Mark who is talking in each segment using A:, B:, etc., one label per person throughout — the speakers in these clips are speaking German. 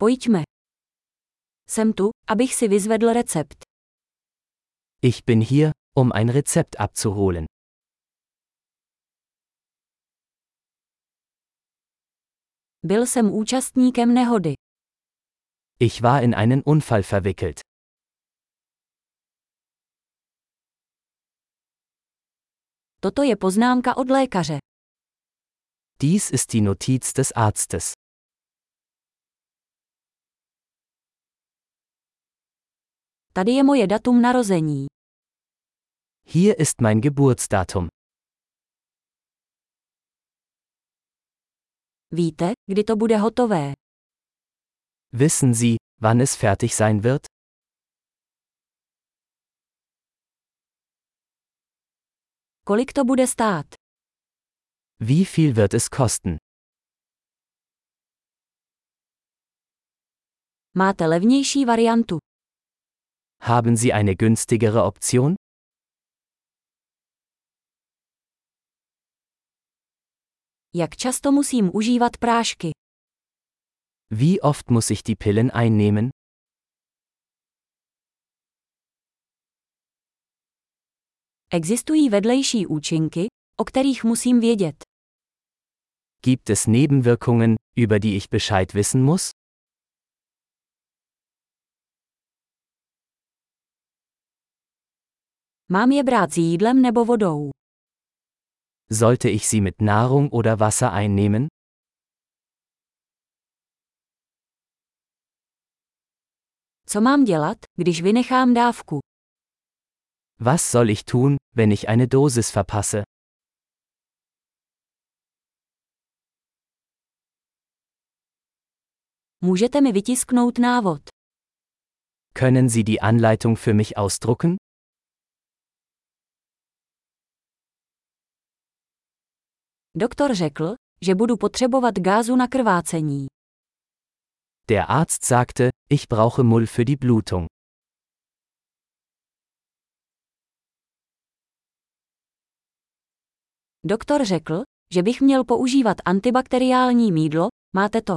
A: Pojďme. Jsem tu, abych si vyzvedl recept.
B: Ich bin hier, um ein Rezept abzuholen.
A: Byl jsem účastníkem nehody.
B: Ich war in einen Unfall verwickelt.
A: Toto je poznámka od lékaře.
B: Dies ist die Notiz des Arztes.
A: Tady je moje datum narození.
B: Hier ist mein Geburtsdatum.
A: Víte, kdy to bude hotové?
B: Wissen Sie, wann es fertig sein wird?
A: Kolik to bude stát?
B: Wie viel wird es kosten?
A: Máte levnější variantu.
B: Haben Sie eine günstigere Option?
A: Jak často musím užívat prášky?
B: Wie oft muss ich die Pillen einnehmen?
A: Existují vedlejší účinky, o kterých musím vědět.
B: Gibt es Nebenwirkungen, über die ich Bescheid wissen muss?
A: Mám je brát s jídlem nebo vodou?
B: Sollte ich sie mit Nahrung oder Wasser einnehmen?
A: Co mám dělat, když vynechám dávku?
B: Was soll ich tun, wenn ich eine Dosis verpasse?
A: Můžete mi vytisknout návod.
B: Können Sie die Anleitung für mich ausdrucken?
A: Doktor řekl, že budu potřebovat gázu na krvácení.
B: Der Arzt sagte, ich brauche Mull für die Blutung.
A: Doktor řekl, že bych měl používat antibakteriální mídlo, máte to.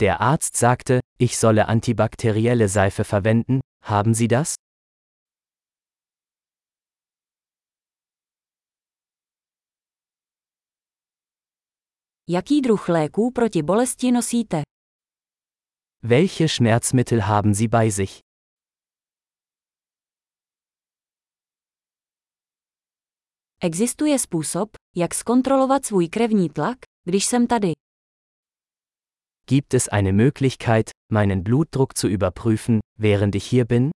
B: Der Arzt sagte, ich solle antibakterielle Seife verwenden, haben Sie das?
A: Jaký druh léků proti bolesti nosíte?
B: Welche Schmerzmittel haben Sie bei sich?
A: Existuje způsob, jak zkontrolovat svůj krevní tlak, když jsem tady.
B: Gibt es eine Möglichkeit, meinen Blutdruck zu überprüfen, während ich hier bin?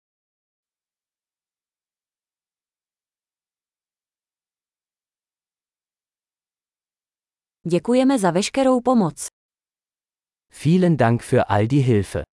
A: Děkujeme za veškerou pomoc.
B: Vielen Dank für all die Hilfe.